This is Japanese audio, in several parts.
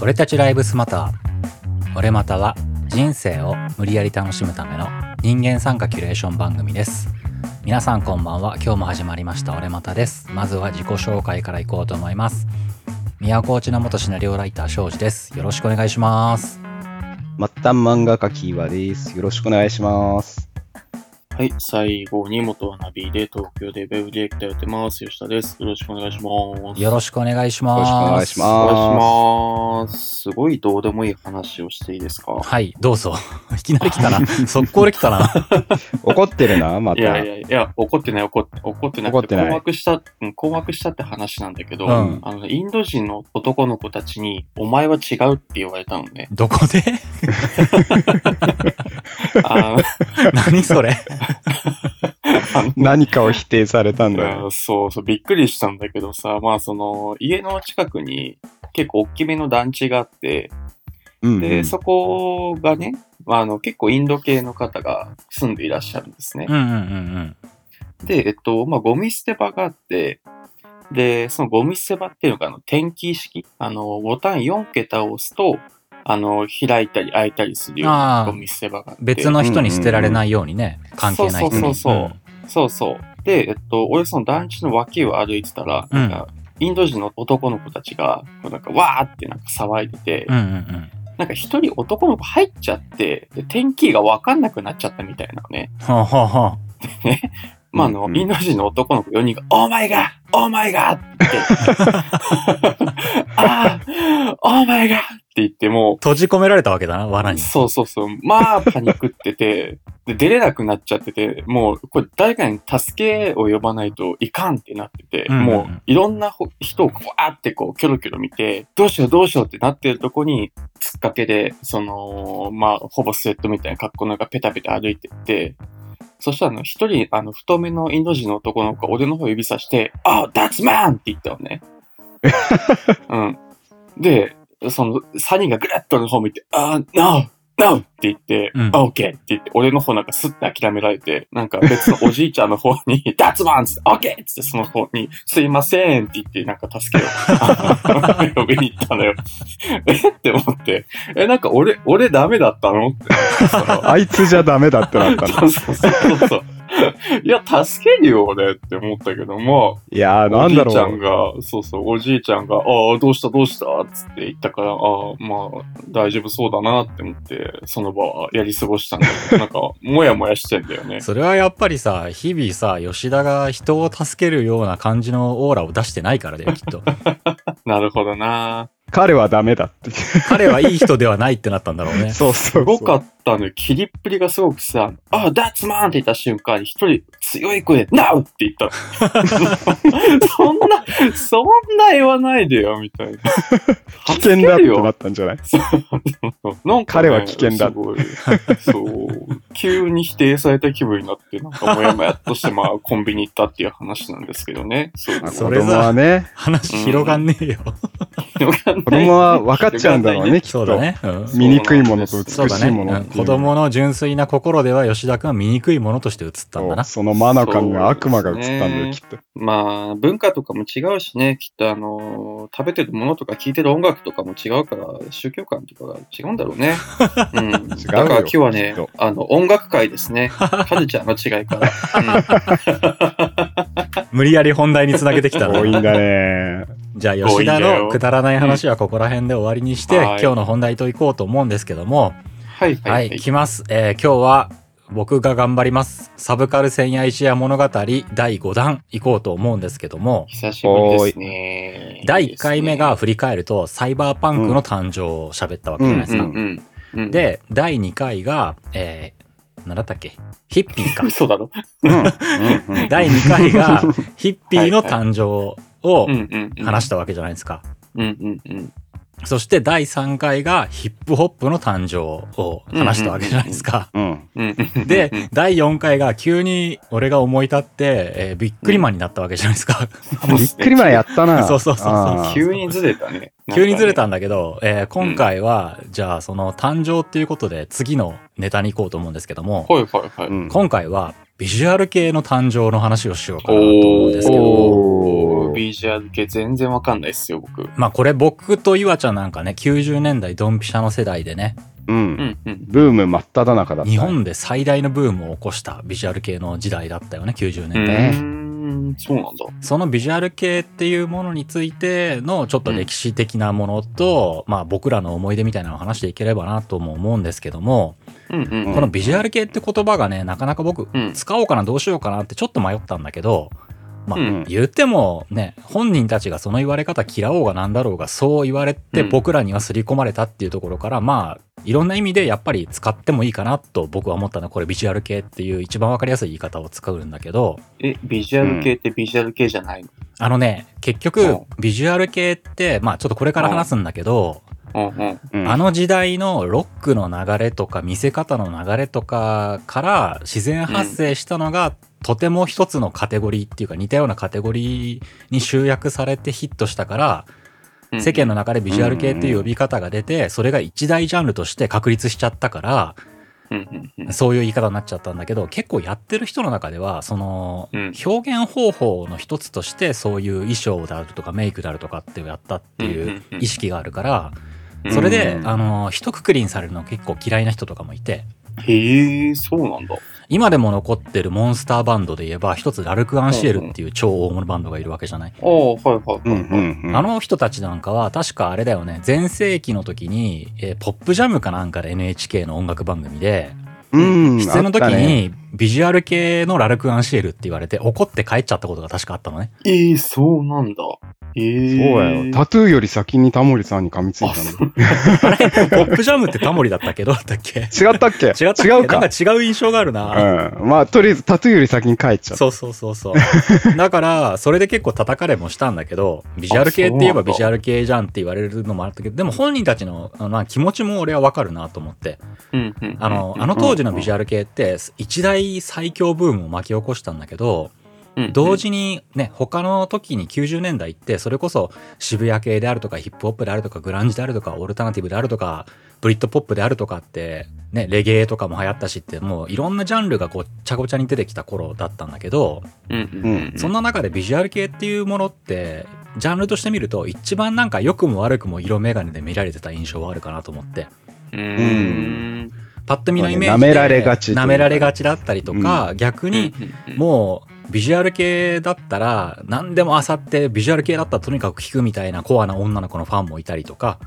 俺たちライブスマター俺または人生を無理やり楽しむための人間参加キュレーション番組です皆さんこんばんは今日も始まりました俺またですまずは自己紹介からいこうと思います宮古内の元シナリオライター庄司ですよろしくお願いします末端漫画家キーワです。よろしくお願いします。はい、最後に元はナビで東京でウェブディレクターやってます。吉田です。よろしくお願いします。よろしくお願いしますよろしくお願いしおま願いします。すごいどうでもいい話をしていいですかはいどうぞ いきなり来たな速攻で来たな 怒ってるな、また。いやいやいや、怒ってない、怒って怒ってな怒っくてて、ない困惑した、うん困惑したって話なんだけど、うん。あのね、インド人の男の子たちに、お前は違うって言われたのね どこ であの何それあの何かを否定されたんだいよ。やそうそう、びっくりしたんだけどさ、まあその、家の近くに結構大きめの団地があって、うんで、そこがね、まあ、あの結構インド系の方が住んでいらっしゃるんですねう。んうんうんで、えっと、まあ、ゴミ捨て場があって、で、そのゴミ捨て場っていうのが、あの、転記式。あの、ボタン4桁を押すと、あの、開いたり開いたりするようあなーゴミ捨て場があって。別の人に捨てられないようにね、関係ない人にそうそうそうそうそう。で、えっと、俺その団地の脇を歩いてたら、うんなんか、インド人の男の子たちが、こうなんか、わーってなんか騒いでて、うんうんうんなんか一人男の子入っちゃって、で、天気がわかんなくなっちゃったみたいなのね。ほうほうほうまあ、あの、うんうんインド人の男の子4人が、オーマイガーオーマ イガーって言って、ああ、オーマイガーって言っても閉じ込められたわけだな、罠う、に。そうそうそう、まあパニクっ てて、で、出れなくなっちゃってて、もう、これ誰かに助けを呼ばないといかんってなってて、うんうんうんもう、いろんなほ人をこう、わーってこう、キョロキョロ見て、どうしようどうしようってなってるとこに、つっかけで、その、まあ、ほぼスウェットみたいな格好なんかペタペタ歩いてって、そしたらあの、一人、あの、太めのインド人の男の子が俺の方指さして、あ、oh, that's man! って言ったのね。うん。で、その、サニーがぐらっと俺の方見て、あ、no! No! って言って、うんあ、OK! って言って、俺の方なんかスッて諦められて、なんか別のおじいちゃんの方 に、that's man! って、OK! ってってその方に、すいませんって言って、なんか助けを、あ の呼びに行ったのよ。えって思って、え、なんか俺、俺ダメだったの って。そのあいつじゃダメだってなった の。そうそうそうそう。いや、助けるよ、俺って思ったけども、いやー、なんだおじいちゃろんう。が、そうそう、おじいちゃんが、ああ、どうした、どうしたっつって言ったから、ああ、まあ、大丈夫そうだなって思って、その場はやり過ごしたんだけ ど、なんか、もやもやしてんだよね。それはやっぱりさ、日々さ、吉田が人を助けるような感じのオーラを出してないからだ よ、きっと。なるほどな。彼はダメだって。彼はいい人ではないってなったんだろうね。 そうそすうそう。ごかったのよ。切りっぷりがすごくさ、ああ、ダッツマンって言った瞬間に一人強い声で、ナウって言った の。そんな、そんな言わないでよ、みた いな。危険だってなったんじゃないなんか彼ねは危険だすごいそう。急に否定された気分になって、なんかもやもやっとして、まあ、コンビニ行ったっていう話なんですけどね。そう。まあそ子れさ供はね、話広がんねえよ。子供は分かっちゃうんだろうね、き っそうと。だね。うん そう醜いものと美そうだしね、いものうっんていう子供の純粋な心では吉田君は醜いものとして映ったんだな。そうそのマナカンが悪魔が映ったんだよ、きっと。まあ、文化とかも違うしね、きっとあのー食べてるものとか聴いてる音楽とかも違うから、宗教観とかが違うんだろうね。うん。よだから今日はねきっと、あの、音楽界ですね。カルチャーの違いから。無理やり本題につなげてきた 多いな。んだね。じゃあ吉田のくだらない話はここら辺で終わりにして、うんはい今日の本題といこうと思うんですけども、うんはいはいは、はいい。来ます。えー今日は僕が頑張ります。サブカル戦や一夜物語第5弾行こうと思うんですけども、久しぶりですね。第1回目が振り返るとサイバーパンクの誕生を喋ったわけじゃないですうか。んうんうん。で、第2回が、えー、何だったっけヒッピーか。嘘だろ。うんうんうん第2回 がヒッピーの誕生をうんうんうん。話したわけじゃないですか。うんうんうん。そして第3回がヒップホップの誕生を話したわけじゃないですか。うん。うんうんうん で、第4回が急に俺が思い立って、えービックリマンになったわけじゃないですか。びっくりまでやったな。 そうそうそうそうあー急にずれたね。急にずれたんんだけど、えー今回は、じゃあその誕生っていうことで次のネタに行こうと思うんですけども、はいはいはうい。ん今回はビジュアル系の誕生の話をしようかなと思うんおですけど、ーの BGR 系全然わかんないっすよ、僕。まあこれ僕と岩ちゃんなんかね、90年代ドンピシャの世代でね、う。うんんうん。ブーム真っ只中だった。日本で最大のブームを起こしたビジュアル系の時代だったよね、90う年代。ねーん、そうなんだ。そのビジュアル系っていうものについてのちょっと歴史的なものと、まあ僕らの思い出みたいなのを話していければなとも思うんですけども、うんうんうんこのビジュアル系って言葉がね、なかなか僕、うん使おうかなどうしようかなってちょっと迷ったんだけど、まあ、うん言ってもね、本人たちがその言われ方嫌おうがなんだろうが、そう言われてうん僕らには刷り込まれたっていうところから、まあ、いろんな意味でやっぱり使ってもいいかなと僕は思ったのは、これビジュアル系っていう一番わかりやすい言い方を使うんだけど、え、ビジュアル系ってビジュアル系じゃないのあのね、結う局ん、ビジュアル系って、まあちょっとこれから話すんだけど、うんうん。うんあの時代のロックの流れとか見せ方の流れとかから自然発生したのが、とても一つのカテゴリーっていうか似たようなカテゴリーに集約されてヒットしたから、うん世間の中でビジュアル系っていう呼び方が出て、それが一大ジャンルとして確立しちゃったから、うんうんうんそういう言い方になっちゃったんだけど、結構やってる人の中では、その、うん表現方法の一つとして、そういう衣装であるとかメイクであるとかっていうやったってうんういうんうん意識があるから、う んそれでう、んあの、一括りにされるの結構嫌いな人とかもいて、へえ、そうなんだ。今でも残ってるモンスターバンドで言えば、一つラルク・アンシエルっていう超大物バンドがいるわけじゃない。ああ、はいはういんはういはい。んうん。あの人たちなんかは、確かあれだよね、前世紀の時に、えーポップジャムかなんかで NHK の音楽番組で、うん、出演の時あったね、に、ビジュアル系のラルク・アンシエルって言われて、怒って帰っちゃったことが確かあったの ね。ええ、そうなんだ。ええ。そうやよ。タトゥーより先にタモリさんに噛みついあた の。そうあれポップジャムってタモリだったっけどうだったっけ違ったっけ違ったっけうかな。んか違う印象があるな。うん。まあ、とりあえずタトゥーより先に帰っちゃった。そうそうそう そう。だから、それで結構叩かれもしたんだけど、ビジュアル系って言えばあそうなんだビジュアル系じゃんって言われるのもあったけど、でも本人たちの、あのまあ、気持ちも俺はわかるなと思って。うんうんうんあの、あの当時のビジュアル系って、一大最強ブームを巻き起こしたんだけど、同時にね、他の時に90年代って、それこそ渋谷系であるとか、ヒップホップであるとか、グランジであるとか、オルタナティブであるとか、ブリッドポップであるとかって、ね、レゲエとかも流行ったしって、もういろんなジャンルがごっちゃごちゃに出てきた頃だったんだけど、うんうんうんそんな中でビジュアル系っていうものって、ジャンルとして見ると、一番なんか良くも悪くも色眼鏡で見られてた印象はあるかなと思って。うーんパッと見のイメージで、そうね舐められがちというか舐められがちだったりとか、逆に、うんもうビジュアル系だったら何でもあさってビジュアル系だったらとにかく聞くみたいなコアな女の子のファンもいたりとか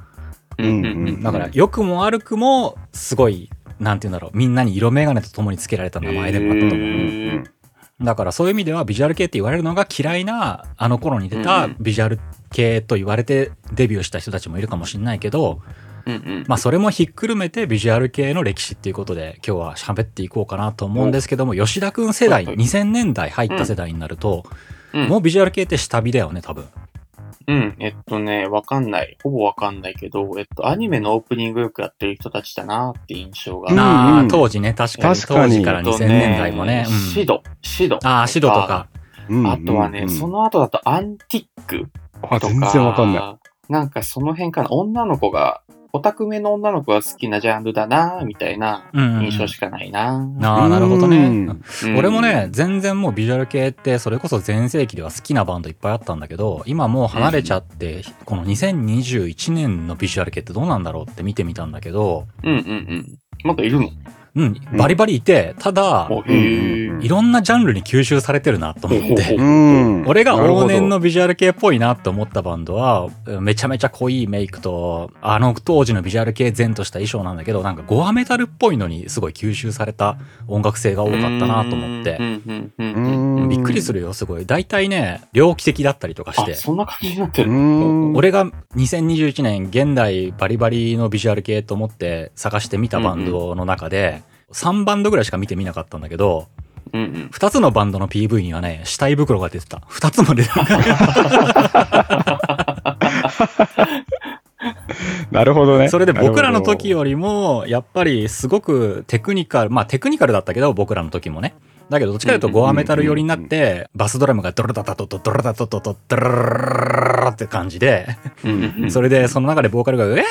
うんうんうんだから良くも悪くもすごいなんて言うんだろうみんなに色眼鏡とともにつけられた名前でもあったと思う、へーうんだからそういう意味ではビジュアル系って言われるのが嫌いなあの頃に出たうんビジュアル系と言われてデビューした人たちもいるかもしれないけど、うんうんまあ、それもひっくるめてビジュアル系の歴史っていうことで今日は喋っていこうかなと思うんですけども吉田くん世代はい2000年代入った世代になると、うんもうビジュアル系って下火だよね多分うん、えっとね、わかんない。ほぼわかんないけど、えっと、アニメのオープニングよくやってる人たちだなって印象が。うんなあ当時ね確かに確かに当時からあと2000年代もね、うんシド、シド。ああシドとか。うんあとはね、そ、の後だとアンティックうんうんあ、と全か。然わかんない。い。なんかその辺かな。女の子が、オタクめの女の子が好きなジャンルだなみたいなうんうん印象しかないな、ああなるほどうねんうん俺もね、全然もうビジュアル系ってそれこそ全盛期では好きなバンドいっぱいあったんだけど今もう離れちゃってこの2021年のビジュアル系ってどうなんだろうって見てみたんだけどうんうんうん。まだいるのうんバリバリいてただうおへんーいろんなジャンルに吸収されてるなと思っほうほてう。うん。俺が往年なるのビジュアル系っぽいなと思ったバンドは、めちゃめちゃ濃いメイクと、あの当時のビジュアル系前とした衣装なんだけど、なんかゴアメタルっぽいのにすごい吸収された音楽性が多かったなと思っうて。んうんうほど、んうんびっくりする。るよ、すごい。大体ね、猟奇的だったりとかしあて。そんな感じになってうる。ん。俺が2021年現代バリバリのビジュアル系と思って探してみたバンドの中で、3バンドぐらいしか見てみなかったんだけど、うんうん。 2つのバンドの PV にはね、死体袋が出てた。2つも出てた。なるほどね。それで僕らの時を。よりも、やっぱりすごくテクニカル、まあテクニカルだったけど、僕らの時もね。だけど、どっちかというとゴアメタル寄りになって、バスドラムがドロタタトトドロタタトトドロラって感じで、うんうんそれでその中でボーカルが、うえー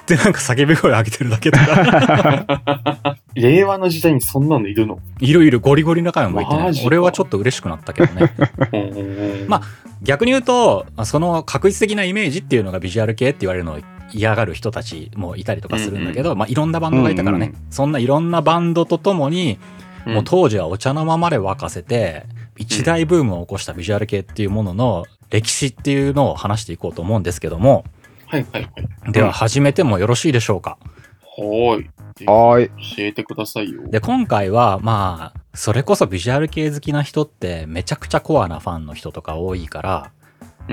ってなんか叫び声上げてるだけとか、令和の時代にそんなのいるのいろいろゴリゴリな回もいてマねジ、か俺はちょっと嬉しくなったけどね。うんうんうんまあ逆に言うと、まあその確実的なイメージっていうのがビジュアル系って言われるのを嫌がる人たちもいたりとかするんだけど、まあいろんなバンドがいたからね、うんそんないろんなバンドとともに、うんもう当時はお茶の間まで沸かせて、一大ブームを起こしたビジュアル系っていうものの歴史っていうのを話していこうと思うんですけども、はいはいはい。では始めてもよろしいでしょうか。はーい。はーい。教えてくださいよ。で、今回は、まあ、それこそビジュアル系好きな人って、めちゃくちゃコアなファンの人とか多いから、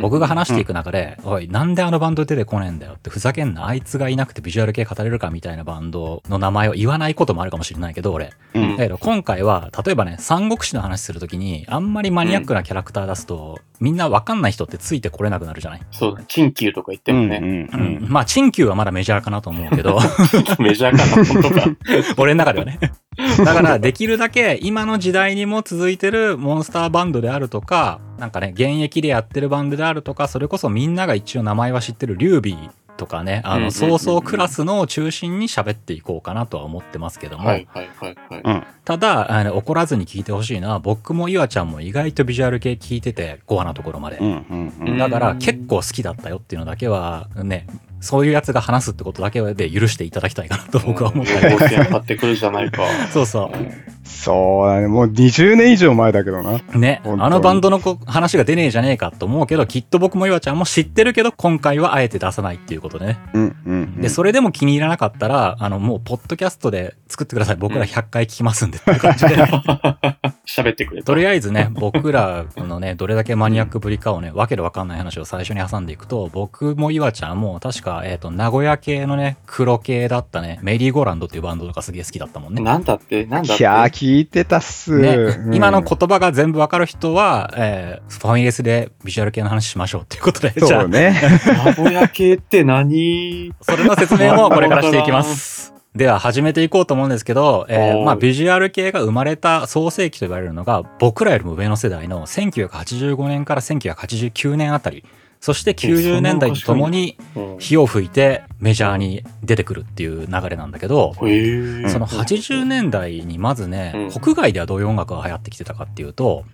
僕が話していく中で、おい、なんであのバンド出てこねえんだよって、ふざけんな、あいつがいなくてビジュアル系語れるかみたいなバンドの名前を言わないこともあるかもしれないけど、俺。うだん。けど、今回は、例えばね、三国志の話するときに、あんまりマニアックなキャラクター出すと、みんなわかんない人ってついてこれなくなるじゃないそうだね。チンキューとか言ってうんもうんね。ううんん。まあ、チンキューはまだメジャーかなと思うけど、メジャーかな、本当か。俺の中ではね。だから、できるだけ今の時代にも続いてるモンスターバンドであるとか、なんかね、現役でやってるバンドであるとか、それこそみんなが一応名前は知ってるリュービーとかね、あうんうんうんうの、んそうそうクラスのを中心に喋っていこうかなとは思ってますけども、はいはいはいはい。ただ、あの怒らずに聞いてほしいのは、僕もゆあちゃんも意外とビジュアル系聞いてて、コアなところまで。うんうんうんうんだから結構好きだったよっていうのだけはね、そういうやつが話すってことだけで許していただきたいかなと僕は思ったうんり。ご意見買ってくるじゃないか。そうそう。そうだね。もう20年以上前だけどな。ね、本当にあのバンドのこ話が出ねえじゃねえかと思うけど、きっと僕も岩ちゃんも知ってるけど、今回はあえて出さないっていうことでね。うんうん。で、それでも気に入らなかったら、あの、もう、ポッドキャストで作ってください。僕ら100回聞きますんで、っていう感じ で。喋ってくれた。とりあえずね、僕らのね、どれだけマニアックぶりかをね、わけでわかんない話を最初に挟んでいくと、僕も岩ちゃんも、確か、えっ、と、名古屋系のね、黒系だったね、メリーゴーランドっていうバンドとかすげえ好きだったもんね。なんだってなんだっいやー、て聞いてたっす。ねうん今の言葉が全部わかる人は、えー、ファミレスでビジュアル系の話しましょうっていうことで、じゃ そあう、ね。名古屋系って何それの説明もこれからしていきます。では始めていこうと思うんですけど、えーおーまあ、ビジュアル系が生まれた創世期と言われるのが僕らよりも上の世代の1985年から1989年あたりそして90年代とともにうん火を吹いてメジャーに出てくるっていう流れなんだけど、へえその80年代にまずね、うん国外ではどういう音楽が流行ってきてたかっていうと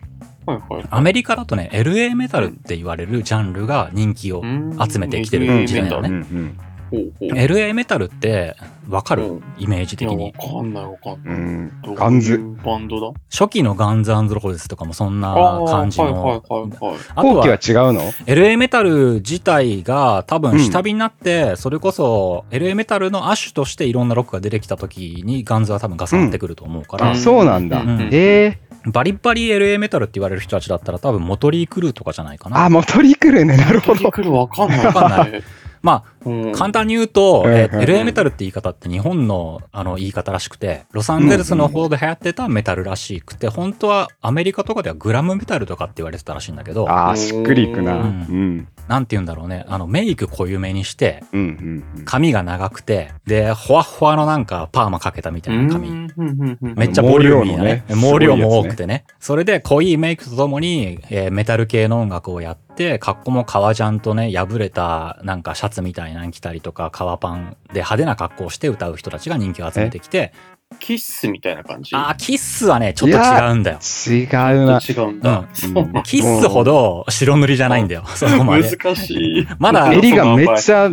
はいはいアメリカだとね LA メタルって言われるジャンルが人気をうん集めてきてるうん時代だうねんうん。ほうほう LA メタルってわかる、うんイメージ的いにやわかんないわかんうない。んどういうガンズ。バンドだ初期のガンズローゼスとかもそんなああ感じはいの。はいはいはい。あと後期はは違うの LA メタル自体が多うん分下火になって、それこそ LA メタルの亜種としていろんなロックが出てきた時にガンズは多分ガサってくると思うかあ、ら、そうなんだうんうん。えー、バリバリ LA メタルって言われる人たちだったら多分モトリークルーとかじゃないかな。あ、もう取り来るね。なるほトリど。クルわかんない。わかんない。まあ、 うん。簡単に言うと、うんえうん LA メタルって言い方って日本のあの言い方らしくて、ロサンゼルスの方で流行ってたメタルらしくて、本当はアメリカとかではグラムメタルとかって言われてたらしいんだけど、あー、しっくりいくな。ううんん。なんて言うんだろうね、あの、メイク濃ゆめにして、うんうん髪が長くて、で、ほわほわのなんかパーマかけたみたいなう髪。んうんうんうんめっちゃボリューミーなね。毛量のね毛量もすご多いやつねくてね。それで濃いメイクとともに、えーメタル系の音楽をやって、格好も革ジャンとね、破れたなんかシャツみたいなの着たりとか、革パンで派手な格好をして歌う人たちが人気を集めてきて、キッスみたいな感じ。あー、キッスはね、ちょっと違うんだよ。違うな。違うんだ。うそうなんだキッスほど白塗りじゃないんだよ。そこまで。難しい。 まだ襟がめっちゃ、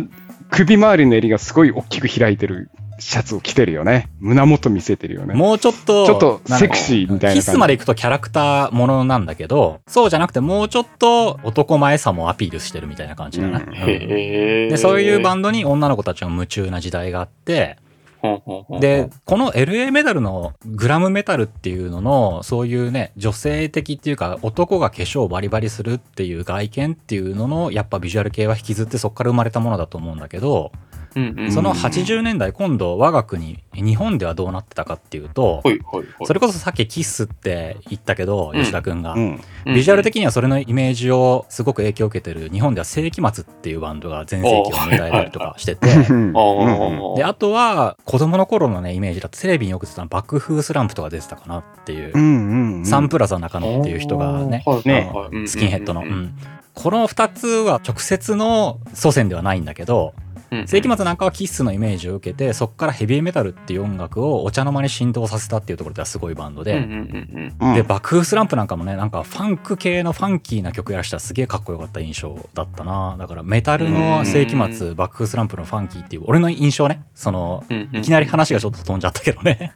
首周りの襟がすごい大きく開いてるシャツを着てるよね。胸元見せてるよね。もうちょっと、ちょっとなんかセクシーみたいな感じ。キスまで行くとキャラクターものなんだけど、そうじゃなくてもうちょっと男前さもアピールしてるみたいな感じだな。うんうんへえ。でそういうバンンドに女の子たちが夢中な時代があって、ドで、、この LA メタルのグラムメタルっていうのの、そういうね、女性的っていうか、男が化粧をバリバリするっていう外見っていうのの、やっぱビジュアル系は引きずってそこから生まれたものだと思うんだけど、うんうんその80年代、今度我が国、日本ではどうなってたかっていうと、ほいほいほいそれこそさっきキッスって言ったけど、うん吉田くんが。うん。ビジュアル的的にはそれのイメージをすごく影響を受けてる日本では世紀末っていうバンドが全盛期を迎えたりとかしてて、あうんーで、あとは子供の頃のね、イメージだとテレビによく出てた爆風スランプとか出てたかなっていう、うんうん。サンプラザ中野っていう人がね、あーはいはいはいスキンヘッドの。ううんうんうんんこの二つは直接の祖先ではないんだけど、うん世紀末なんかはキッスのイメージを受けてそこからヘビーメタルっていう音楽をお茶の間に浸透させたっていうところではすごいバンドうんうで、んうんで爆風スランプなんかもねなんかファンク系のファンキーな曲やらしたらすげえかっこよかった印象だったなだからメタルの世紀末爆風スランプのファンキーっていう俺の印象ねそのうんうん。いきなり話話がちょっと飛んじゃったけどね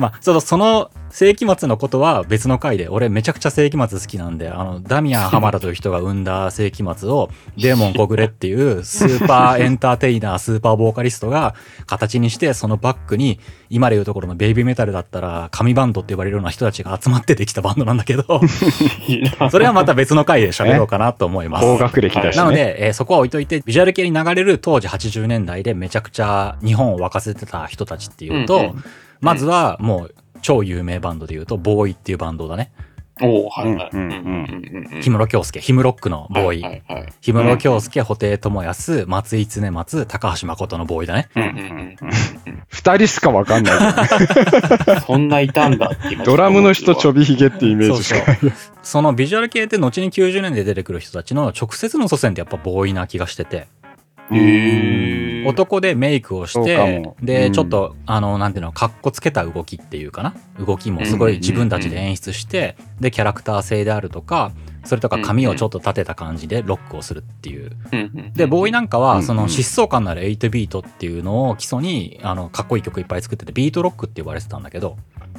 まあちょっとその世紀末のことは別の回で俺めちゃくちゃ世紀末好きなんであのダミアン浜田という人が生んだ世紀末をデーモン小暮っていうスーパーエンターテイナースーパーボーカリストが形にしてそのバックに今でいうところのベイビーメタルだったら神バンドって呼ばれるような人たちが集まってできたバンドなんだけどそれはまた別の回で喋ろうかなと思 います。高学歴だしなのね。で、えーそこは置いといて、ビジュアル系に流れる当時80年代でめちゃくちゃ日本を沸かせてた人たちっていうと、うんうんまずはもう超有名バンドで言うと、ボーイっていうバンドだね。 おおはいはい。うんうんうんうん氷室京介、氷室区のボーイ。はいはいはい。氷室京介、布袋寅泰、松井常松、高橋誠のボーイだね。うんうんうん二人しかわかんない。うん。そんないたんだって今ドラムの人ちょびひげってイメーそうジしそうかない。。そのビジュアル系って後に90年で出てくる人たちの直接の祖先ってやっぱボーイな気がしてて。へー男でメイクをしそうてかもで、うんちょっとあのなんていうのかっこつけた動きっていうかな動きもすごい自分たちで演出して、でキャラクター性であるとかそれとか髪をちょっと立てた感じでロックをするっていううんうんでボーイなんかうはんその疾走感のある8ビートっていうのを基礎にあのかっこいい曲いっぱい作っててビートロックって呼ばれてたんだけど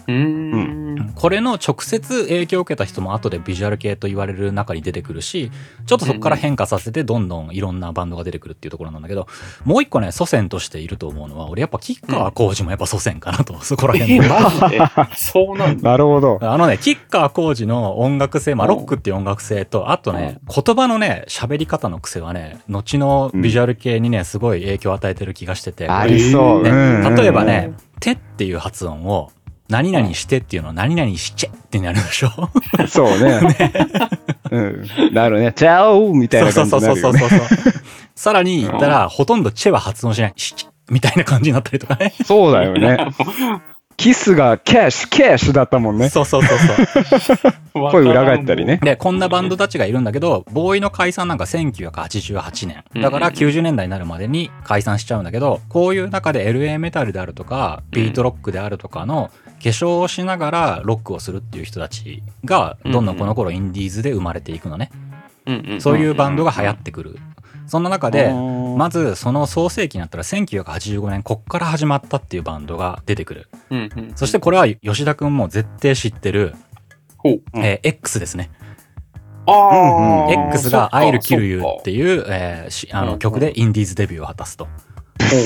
うーん。これの直接影響を受けた人も後でビジュアル系と言われる中に出てくるしちょっとそこから変化させてどんどんいろんなバンドが出てくるっていうところなんだけどもう一個ね祖先としていると思うのは俺やっぱ吉川浩司もやっぱ祖先かなと、そこら辺え、の。マジでそうなんだ。なるほ ど。あのね、吉川浩司の音楽性、まあ、うんロックっていう音楽性と、あとね、言葉のね、喋り方の癖はね、後のビジュアル系にね、すごい影響を与えてる気がしてて、ありそう。ねうんうん例えばね、手っていう発音を、何々してっていうのを何々しちゃってなるでしょそう ね。うん。なるね。チャオみたいなそ感うじそうそうそになるようね。そう。さらに言ったら、ほとんどチェは発音しない。シチみたいな感じになったりとかね。そうだよね。キスがキャッシュ、キャッシュだったもん ね。そうそうそうそう。声裏返ったりね。で、こんなバンドたちがいるんだけど、ボーイの解散なんか1988年。だからうんうんう90年代になるまでに解散しちゃうんだけど、こういう中で LA メタルであるとか、ビートロックであるとかの化粧をしながらロックをするっていう人たちが、どんどんこの頃インディーズで生まれていくのね。うんうんうんそういうバンドが流行ってくる。そんな中で、ままずその創世期になったら1985年こっから始まったっていうバンドが出てくるうんうんそしてこれは吉田くんも絶対知ってる、ほううんえー X ですねあうんうーん X が「そっか I'll Kill You」っていう、えーしあうんうのん曲でインディーズデビューを果たすと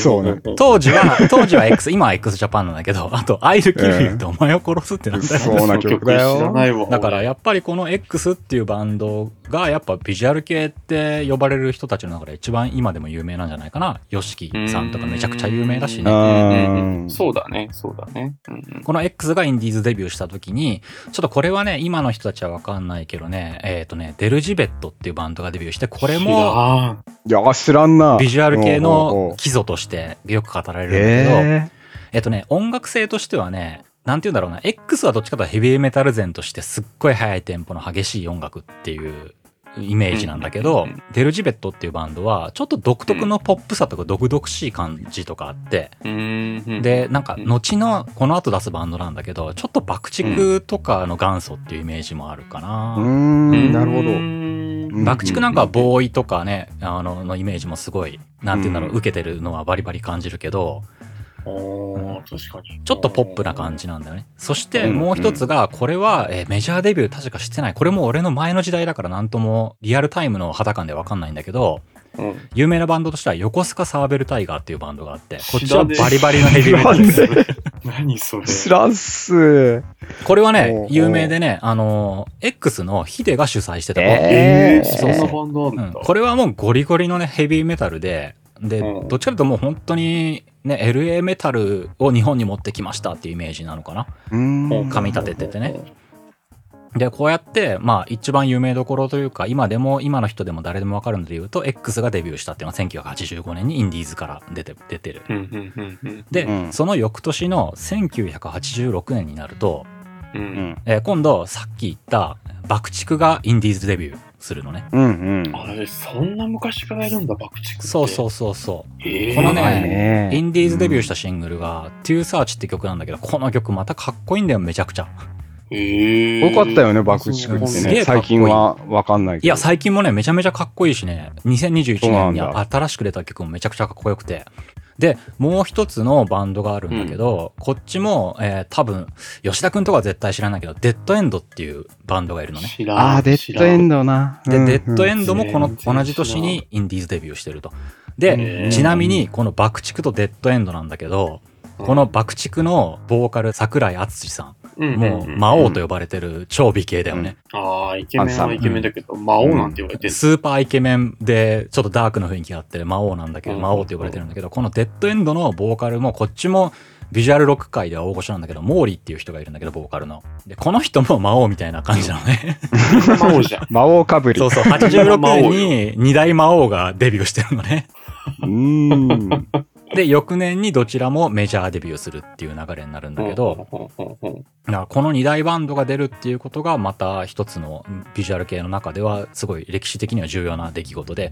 そうね。そっか当時は当時は X 今は x ジャパンなんだ けどあと「I'll Kill You」ってお前を殺すってなんだよそうな曲だよその曲知らないわだからやっぱりこの X っていうバンドがやっぱビジュアル系って呼ばれる人たちの中で一番今でも有名なんじゃないかな YOSHIKI さんとかめちゃくちゃ有名だしねうんうんそうだね、そうだね。うんうんこの X がインディーズデビューした時に、ちょっとこれはね、今の人たちはわかんないけどね、えっ、とね、デルジベットっていうバンドがデビューして、これもあいや、知らんな。ビジュアル系のお基礎としてよく語られるんだけど、ええっ、とね、音楽性としてはね、なんて言うんだろうな、X はどっちかというとヘビーメタル前としてすっごい速いテンポの激しい音楽っていうイメージなんだけど、うんうんうんデルジベットっていうバンドは、ちょっと独特のポップさとか毒々しい感じとかあって、ーうんうん。でなんかうん後のこの後出すバンドなんだけどちょっと爆竹とかの元祖っていうイメージもあるかー、うーな、ん、なるほうど。ん爆竹なんかはーボーイとかねあののイメージもすごいなんて言うんだろう、うん受けてるのはバリバリ感じるけどおー確かに。ちょっとポップな感じなんだよねそしてうんもう一つがこれは、えーメジャーデビュー確かしてないこれも俺の前の時代だからなんともリアルタイムの肌感でわかんないんだけどうん。有名なバンドとしては横須賀サーベルタイガーっていうバンドがあってこっちは知らねえバリバリのヘビーメタルです 何それ。知らんっす。これはおうねお、う有名でね、あのー、X のヒデが主催してたバンド、えー、えーそんなバンドあうるんんだ。これはもうゴリゴリのね、ヘビーメタルで、で、うんどっちかというともう本当に、ね、LA メタルを日本に持ってきましたっていうイメージなのかな。うーん。髪立てててね。で、こうやって、まあ一番有名どころというか、今でも、今の人でも誰でもわかるので言うと、X がデビューしたっていうのは1985年にインディーズから出て、出てる。うんうんうんで、うんその翌年の1986年になると、うん。う。うんん。えー今度さっき言った爆竹がインディーズデビューするのね。うんうん。あれ、そんな昔からいるんだ、爆竹って。。そうそううそうそう。えー、このね長いね。インディーズデビューしたたシングルが、トゥーサーチって曲なんだけど、この曲またかっこいいんだよ、めちゃくち ゃ。えー、よかったよね、爆竹そうってすげえね。かっこいい最近はわかんないけど。いや、最近もね、めちゃめちゃかっこいいしね、2021そうな年んにだ新しく出た曲もめちゃくちゃかっこよくて。で、もう一つのバンドがあるんだけど、こっちも、えー多分、吉田くんとかは絶対知らないけど、デッドエンドっていうバンドがいるのね。知らん。ああ、デッドエンド。ドな。で、うんうんデッドエンドもこの全然同じ年にインディーズデビューしてると。で、へーちなみに、この爆竹とデッドエンドなんだけど、この爆竹のボーカル桜井敦司さん、うん、もう魔王と呼ばれてる超美形だよね。ああ、イケメンはイケメンだけど、魔王なんて言われてる。スーパーイケメンで、ちょっとダークな雰囲気があって、魔王なんだけど、うん魔王って呼ばれてるんだけど、このデッドエンドのボーカルも、こっちもビジュアルロック界では大御所なんだけど、モーリーっていう人がいるんだけど、ボーカルの。で、この人も魔王みたいな感じなのね。魔王じゃん。魔王かぶり。そううそう、86年に2大魔王がデビューしてるのね。ーん。で、翌年にどちらもメジャーデビューするっていう流れになるんだけど、ほんほんほんほんだからこの2大バンドが出るっていうことがまた一つのビジュアル系の中ではすごい歴史的には重要な出来事で、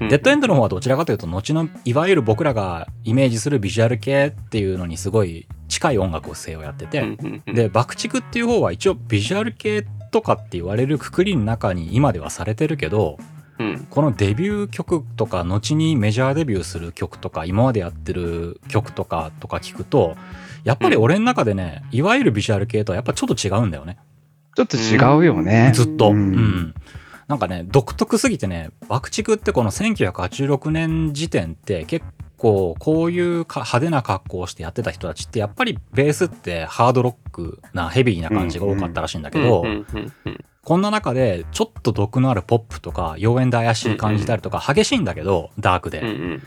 ほんデッドエンドの方はどちらかというと、後の、いわゆる僕らがイメージするビジュアル系っていうのにすごい近い音楽を性をやってうて、んうんうんで、爆竹っていう方は一応ビジュアル系とかって言われるくくりの中に今ではされてるけど、うんこのデビュー曲とか、後にメジャーデビューする曲とか、今までやってる曲とかとか聞くと、やっぱり俺の中でね、いわゆるビジュアル系とはやっぱちょっと違うんだよね。ちょっと違うよね。ずっと。ううんん。なんかね、独特すぎてね、爆竹ってこの1986年時点って結構こういうか派手な格好をしてやってた人たちってやっぱりベースってハードロックなヘビーな感じが多かったらしいんだけど、うんうんうんこんな中でちょっと毒のあるポップとか妖艶で怪しい感じであるとか激しいんだけど、ダークで。うんうん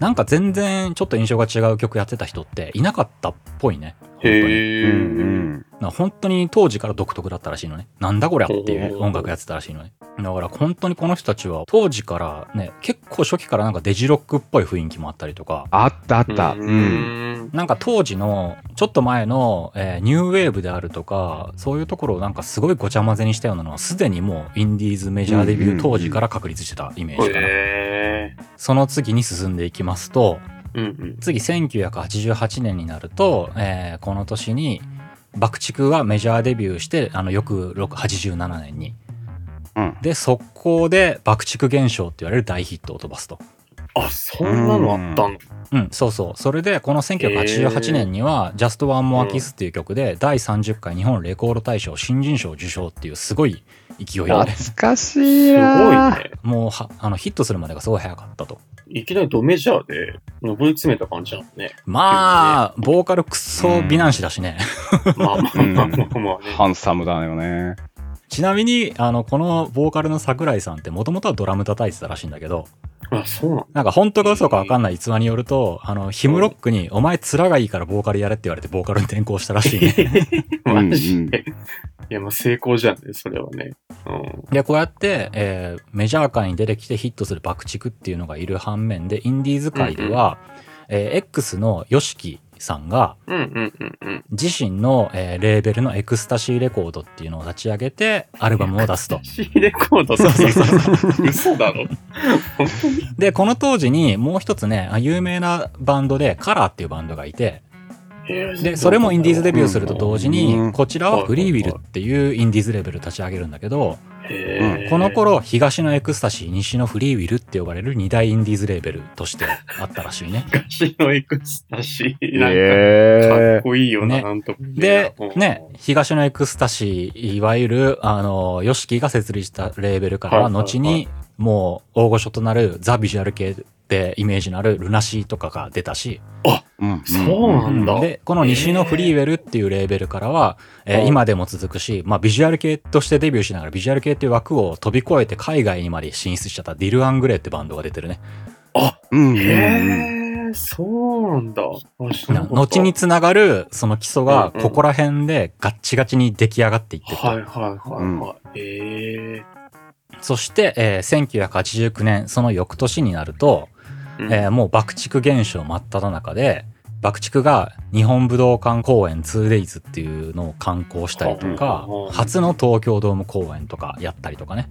なんか全然ちょっと印象が違う曲やってた人っていなかったっぽいね。本当にへうえ。んな本当に当時から独特だったらしいのね。なんだこりゃっていう音楽やってたらしいのね。だから本当にこの人たちは当時からね、結構初期からなんかデジロックっぽい雰囲気もあったりとか、あったあった。ううん。ん。なんか当時のちょっと前の、えーニューウェーブであるとか、そういうところをなんかすごいごちゃ混ぜにしたようなのはすでにもうインディーズメジャーデビュー当時から確立してたイメージかな。へえ。その次に進んでいきますと、うんうん。次1988年になると、えーこの年に爆竹がメジャーデビューしてあの翌6 87年にうん。で速攻で爆竹現象って言われる大ヒットを飛ばすとあ、そんなのあったのうんそうそうそれでこの1988年には「Just One More Kiss」っていう曲で第30回日本レコード大賞新人賞受賞っていうすごい勢い懐でかしいすなごーいね。もうはあのヒットするまでがすごい早かったといきなりドメジャーで上り詰めた感じなの ね。まあボーカルクソ美男子だしねまあまあまあまあまあね。ハンサムだよね。ちなみに、あの、このボーカルの桜井さんってもともとはドラム叩いてたらしいんだけど、あ、そうなんなんか本当か嘘かわかんない逸話によると、あの、ヒムロックに、お前面がいいからボーカルやれって言われてボーカルに転向したらしいね。だ。うんマジで。いや、まあ成功じゃんね、それはね。うん。で、こうやって、えーメジャー界に出てきてヒットする爆竹っていうのがいる反面で、インディーズ界では、えー X の YOSHIKI さんが、うんうんうんうん。自身の、えーレーベルのエクスタシーレコードっていうのを立ち上げて、アルバムを出す と。 C レコードそうそうそう。嘘だろ。本当にで、この当時にもう一つね、あ有名なバンドで、カラーっていうバンドがいて、で、それもインディーズデビューすると同時うに、んこちらはフリーウィルっていうインディーズレベル立ち上げるんだけど、へー。この頃、東のエクスタシー、西のフリーウィルって呼ばれる二大インディーズレベルとしてあったらしいね昔のエクスタシー。なんか、かっええ。こいいよな、ねなんとも言えでないうん、ね、東のエクスタシー、いわゆる、あの、ヨシキが設立したレーベルからは、はいはいはい後に、もう、大御所となるザ・ビジュアル系でイメージのあるルナシーとかが出たし、うんそうなうんだ。んで、この西のフリーウェルっていうレーベルからは、えーうん今でも続くし、まあビジュアル系としてデビューしながら、ビジュアル系っていう枠を飛び越えて海外にまで進出しちゃったディル・アングレーってバンドが出てるね。うんうんうん。へえ、そうなんだ。あ知らなかった後につながる、その基礎がうんうんここら辺でガッチガチに出来上がっていってた。はいはいはいはい。ええそして、えー1989年、その翌年になると、うんえーもう爆竹現象真っ只中で、爆竹が日本武道館公演 2days っていうのを観光したりとかうんうんうん、初の東京ドーム公演とかやったりとかね。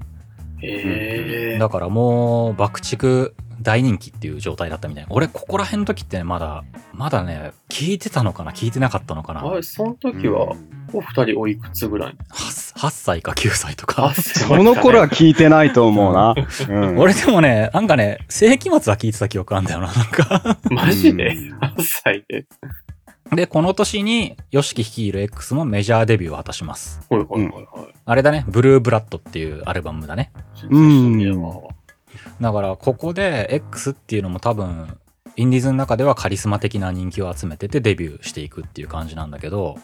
へえ。だからもう爆竹大人気っていう状態だったみたいな。俺ここら辺の時ってね、まだ、まだね、聞いてたのかな聞いてなかったのかなあれ、その時うは、んお二人おいくつぐらい 8, 8歳か9歳とあか。その頃は聞いてないと思う な。う ん、俺でもね、なんかね、世紀末は聞いてた記憶あんだよな、なんか。マジでうん ?8 歳で。で、この年に、YOSHIKI 率いる X もメジャーデビューを果たします。ほいほいほいほい。あれだね、ブルーブラッドっていうアルバムだね。うん全然知らねえわだから、ここで X っていうのも多分、インディーズの中ではカリスマ的な人気を集めててデビューしていくっていう感じなんだけど、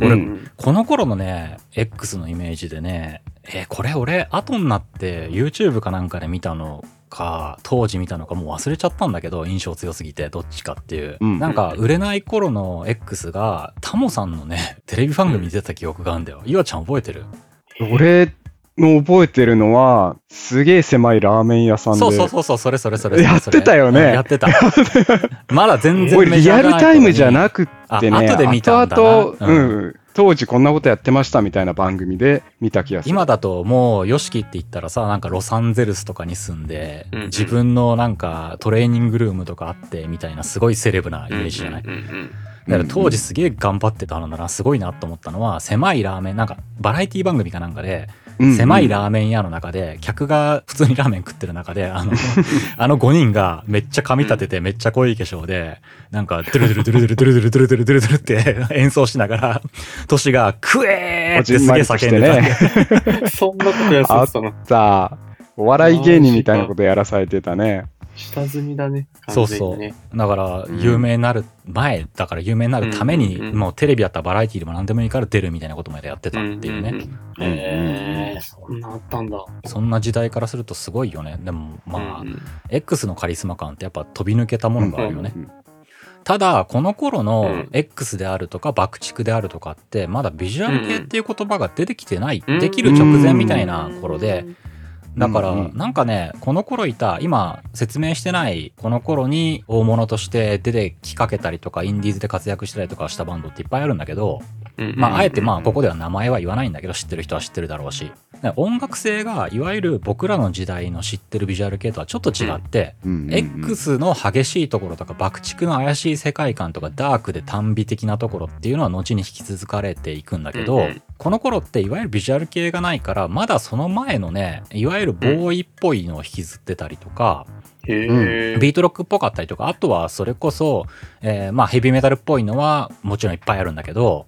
俺うんこの頃のね、X のイメージでね、えーこれ俺、後になって YouTube かなんかで見たのか、当時見たのかもう忘れちゃったんだけど、印象強すぎて、どっちかっていう。うんなんか、売れない頃の X が、タモさんのね、テレビ番組に出てた記憶があるんだよ。ゆわちゃん覚えてる俺の覚えてるのは、すげえ狭いラーメン屋さんで。そうそうそうそう、それそれそれそれ。やってたよねそれやって た。まだ全然これメジリャアールない頃にタイムじゃなくってね、あ後で見たんだな後々うんうん当時こんなことやってましたみたいな番組で見た気がする。今だともう YOSHIKI って言ったらさなんかロサンゼルスとかに住んで、うんうん自分のなんかトレーニングルームとかあってみたいなすごいセレブなイメージじゃない、うんうんうんだから当時すげえ頑張ってたんだなすごいなと思ったのは狭いラーメンなんかバラエティ番組かなんかで、うん狭いラーメン屋の中で客が普通にラーメン食ってる中であのあの5人がめっちゃ髪立ててめっちゃ濃い化粧でなんかドゥルドゥルドゥルドゥルドゥルドゥルドゥルドゥルドゥルって演奏しながらトシが「クエー!」ってすげえ叫んでた、こじんまりとしてねうんそんなことやさその、 さあ、お笑い芸人みたいなことやらされてたね。下積みだね。そ完う全そうにね。だからうん有名になる前だから有名になるために、うんうんうんもうテレビやったらバラエティーでも何でもいいから出るみたいなことまでやってたっていうね、んんん。へえ、そんなあったんだ。そんな時代からするとすごいよねでもまあ、うんうん X のカリスマ感ってやっぱ飛び抜けたものがあるよね、うんただこの頃うのん X であるとか爆竹であるとかってまだビジュアル系っていう言葉が出てきてない、うんできる直前みたいな頃で、だから、うんうんなんかね、この頃いた、今説明してない、この頃に大物として出てきかけたりとか、インディーズで活躍したりとかしたバンドっていっぱいあるんだけど、うんうん、まあ、あえてまあ、ここでは名前は言わないんだけど、知ってる人は知ってるだろうし、ね音楽性が、いわゆる僕らの時代の知ってるビジュアル系とはちょっと違って、うんうん X の激しいところとか、爆竹の怪しい世界観とか、ダークで短美的なところっていうのは後に引き続かれていくんだけど、うんうんこの頃っていわゆるビジュアル系がないから、まだその前のね、いわゆるボーイっぽいのを引きずってたりとか、へえ。ビートロックっぽかったりとか、あとはそれこそ、えーまあヘビーメタルっぽいのはもちろんいっぱいあるんだけど、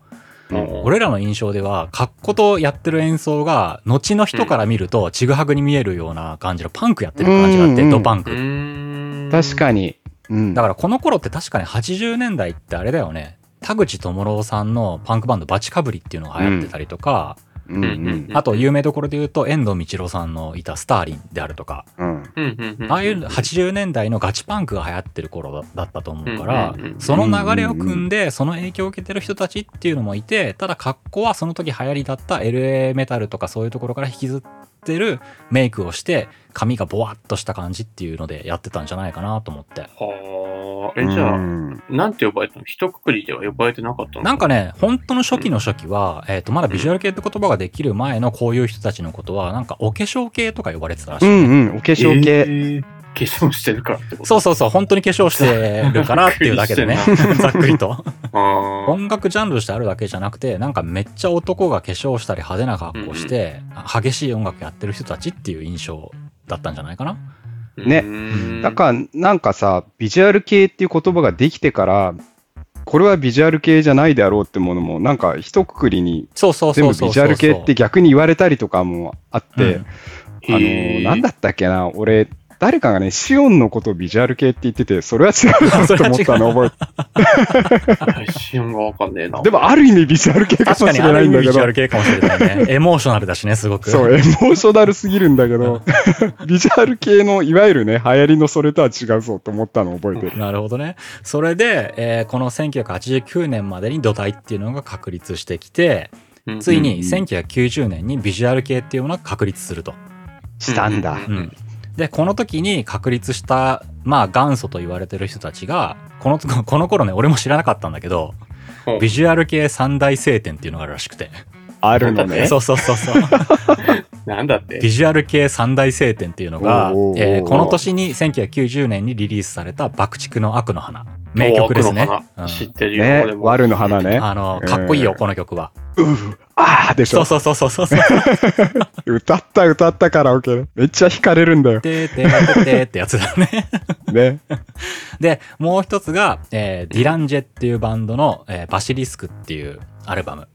うん俺らの印象では、カッコとやってる演奏が、後の人から見ると、ちぐはぐに見えるような感じのパンクやってる感じがあっうんうて、んドパンうク。ーん確かに。うんだからこの頃って確かに80年代ってあれだよね。田口智郎さんのパンクバンドバチカブリっていうのが流行ってたりとか、うんうんあと有名どころで言うと遠藤道郎さんのいたスターリンであるとか、うんうんうんうん、ああいう80年代のガチパンクが流行ってる頃だだったと思うからうんうんう、んその流れを組んで、その影響を受けてる人たちっていうのもいて、ただ格好はその時流行りだった LA メタルとかそういうところから引きずってるメイクをして、髪がボワッとした感じっていうのでやってたんじゃないかなと思って。はあ。え、じゃあ、うんなんて呼ばれたの一括りでは呼ばれてなかったのなんかね、本当の初期の初期は、えっ、と、まだビジュアル系って言葉ができる前のこういう人たちのことは、なんかお化粧系とか呼ばれてたらしうい。んうん、お化化粧系。化粧してるからってことそうそうそう、本当に化粧してるからっていうだけでね、 ざっくりと。あー音楽ジャンルとしてあるだけじゃなくて、なんかめっちゃ男が化粧したり派手な格好して、激しい音楽やってる人たちっていう印象だったんじゃないかな。ねうーんだから、なんかさ、ビジュアル系っていう言葉ができてから、これはビジュアル系じゃないであろうってものも、なんか一括りにそうそう全そう部そうそう。ビジュアル系って逆に言われたりとかもあって、うんあのへーなんだったっけな、俺、誰かがね、シオンのことをビジュアル系って言ってて、それは違 うなと思ったの覚えて、シオンがわかんねえな。でもある意味ビジュアル系かも確かしにれあなるい意んだ味けビジュアどル、系かもしれない ね。エモーショナルだしね、すごく。そう、エモーショナルすぎるんだけど、 ビジュアル系の、いわゆるね、流行りのそれとは違うぞと思ったの覚えてる。なるほどね。それで、えーこの1989年までに土台っていうのが確立してきて、うんついうんに1990年にビジュアル系っていうものが確立すると。したんだ。うんで、この時に確立した、まあ元祖と言われてる人たちが、この、 この頃ね、俺も知らなかったんだけどほう、ビジュアル系三大聖典っていうのがあるらしくて。あるのえね。そうそうそうそう。 なんだって。ビジュアル系三大聖典っていうのがおーお、ーえーこの年に1990年にリリースされた爆竹の悪の花。名曲ですねお。悪うの花ん知ってるよ、ね俺、も。悪の花ね。あの、かっこいいよ、うんこの曲は。ああでしそうょ。そうそうそうそう。歌った歌ったカラオケで。めっちゃ惹かれるんだよ。てーてーてーてーってやつだね。ね。で、もう一つが、えーディランジェっていうバンドの、えーバシリスクっていうアルバム。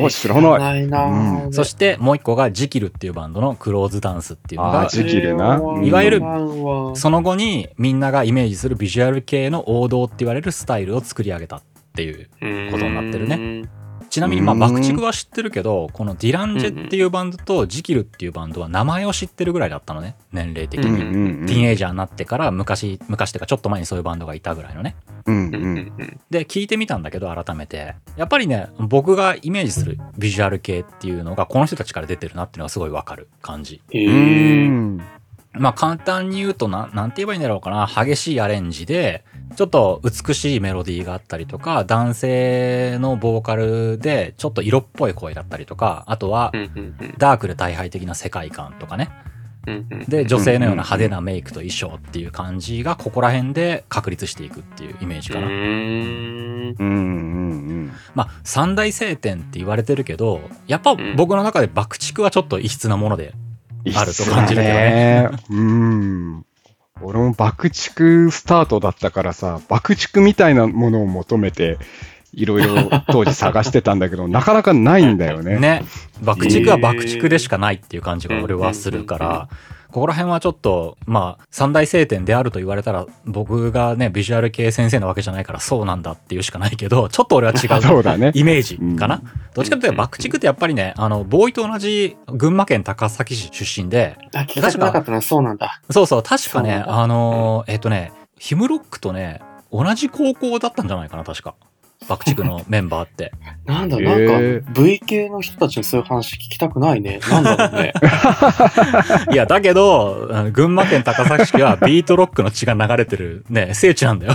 お知らないいなぁ、そしてもう一個がジキルっていうバンドのクローズダンスっていうのあがー、時期でなうんいわゆるそその後にみんながイメージするビジュアル系の王道って言われるスタイルを作り上げたっていう。ことになってるねね。ちなみにまあうん爆竹は知ってるけど、このディランジェっていうバンドとジキルっていうバンドは名前を知ってるぐらいだったのね、年齢的うんに。うんティーンエイジャーになってから昔、昔っていうかちょっと前にそういうバンドがいたぐらいのね。うん。ううんんううん。んで、聞いてみたんだけど改めて。やっぱりね、僕がイメージするビジュアル系っていうのがこの人たちから出てるなっていうのがすごいわかる感じ。へうーん。まあ簡単に言うとな、なんて言えばいいんだろうかな。激しいアレンジで、ちょっと美しいメロディーがあったりとか、男性のボーカルで、ちょっと色っぽい声だったりとか、あとはう、んうんうんダークで大敗的な世界観とかね。うんうんで、女性のような派手なメイクと衣装っていう感じが、ここら辺で確立していくっていうイメージかうな。ーんうんうんまあ、三大聖典って言われてるけど、やっぱ僕の中で爆竹はちょっと異質なもので、うん。あると感じるけどね。うん。俺も爆竹スタートだったからさ、爆竹みたいなものを求めて、いろいろ当時探してたん だけど、なかなかないんだよね。ね、爆竹は爆竹でしかないっていう感じが俺はするかうんうんうんら、ここら辺はちょっと、まあ、三大聖典であると言われたら、僕がね、ビジュアル系先生なわけじゃないから、そうなんだっていうしかないけど、ちょっと俺は違う。そう だね。イメージかな、うんどっちかというと、爆竹ってやっぱりね、あの、ボーイと同じ群馬県高崎市出身で、あ聞きたくなかったな、そうなんだ。そうそう、確かね、そうあのー、えっとね、ヒムロックとね、同じ高校だったんじゃないかな、確か。爆竹 のメンバーって。なんだ、へなんかー、 V 系の人たちのそういう話聞きたくないね。なんだろうね。いや、だけど、あの群馬県高崎市はビートロックの血が流れてるね、聖地なんだよ。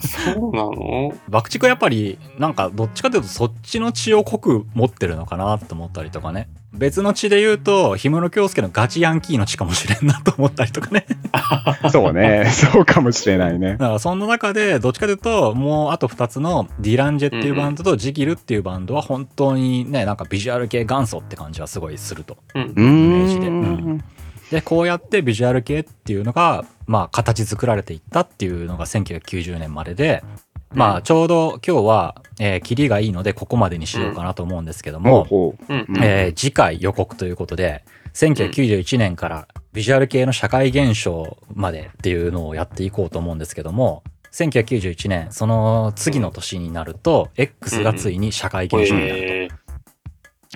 そうなの爆竹はやっぱり、なんかどっちかというとそっちの血を濃く持ってるのかなと思ったりとかね。別の血で言うと、氷室京介のガチヤンキーの血かもしれんなと思ったりとかね。そうね。そうかもしれないねだ。からそんな中で、どっちかというと、もうあと2つのディランジェっていうバンドとジギルっていうバンドは本当にね、なんかビジュアル系元祖って感じはすごいすると。うんう。。イメージでうんでこうやってビジュアル系っていうのが、まあ、形作られていったっていうのが1990年までで、まあ、ちょうど今日は、えー、キリがいいのでここまでにしようかなと思うんですけどほうも、ほうんうんうんえー次回予告ということで1991年からビジュアル系の社会現象までっていうのをやっていこうと思うんですけども1991年その次の年になると X がついに社会現象になるえー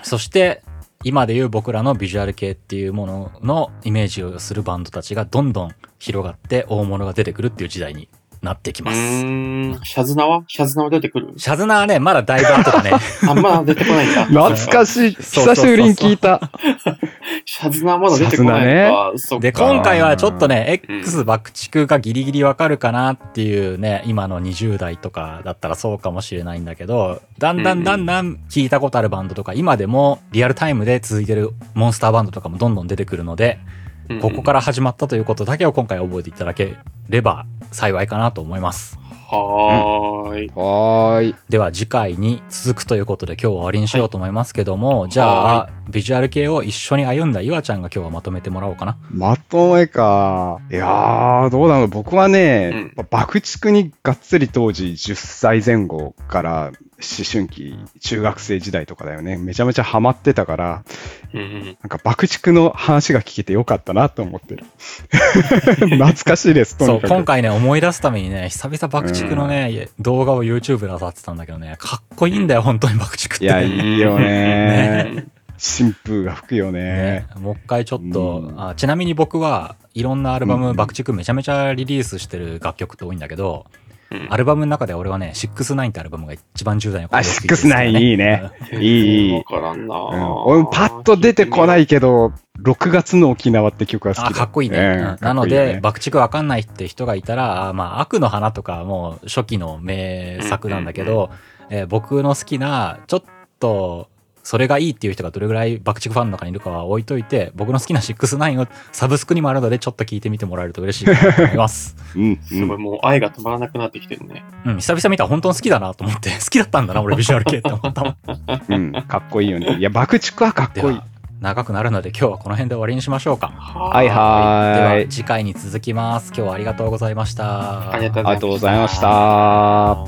そして今でいう僕らのビジュアル系っていうもののイメージをするバンドたちがどんどん広がって大物が出てくるっていう時代になってきうます。ーん。シャズナはシャズナは出てくるシャズナーはね、まだだいぶ後だね。あんま出てこないんだ。懐かしい。久しぶりに聞いた。シャズナはまだ出てこないのか。そっかで、今回はちょっとね、うん。X 爆竹がギリギリわかるかなっていうね、今の20代とかだったらそうかもしれないんだけど、だんだんだんだん聞いたことあるバンドとか、今でもリアルタイムで続いてるモンスターバンドとかもどんどん出てくるので、ここからら始まったということだけを今回覚えていただければ幸いかなと思います。はーい。はーい。では次回に続くということで今日は終わりにしようと思いますけども、じゃあはビジュアル系を一緒に歩んだゆあちゃんが今日はまとめてもらおうかな。まとめか。いやー、どうなの僕はね、爆竹にがっつり当時10歳前後から思春期、中学生時代とかだよね。めちゃめちゃハマってたから、うんうんなんか爆竹の話が聞けてよかったなと思って る。懐かしいです、とそにう、かく。今回ね思い出すためにね、久々爆竹のね、動画を YouTube で出さってたんだけどね、かっこいいんだよ、本当に爆竹って。いや、いいよね。ね新風が吹くよねね。、もう一回ちょっと、うんあちなみに僕はいろんなアルバうんうムん爆竹めちゃめちゃリリースしてる楽曲って多いんだけど、うんアルバムの中で俺はね、69ってアルバムが一番重大なあ、シックスナインいいね。いいいいわからんな、うん、俺もパッと出てこないけど、6月の沖縄って曲が好あきだ。かっこいいね。うんうんなのかっこいいで、ね爆竹わかんないって人がいたら、あまあ、悪の花とかもう初期の名作なんだけど、えー僕の好きな、ちょっと、それがいいっていう人がどれぐらい爆竹ファンの中にいるかは置いといて、僕の好きな69をサブスクにもあるので、ちょっと聞いてみてもらえると嬉しいかなと思い ます。うん、うすごい、ん。もう愛が止まらなくなってきてるね。うん、久々見たら本当に好きだなと思って、好 きだったんだな、俺ビジュアル系って思ったも ん。うん、かっこいいよね。いや、爆竹はかっでこいいは。、長くなるので今日はこの辺で終わりにしましょうか。ははいではー。はい次回に続きます。今日はありがとうございました。ありがとうございありましたがとうございま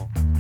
した。い。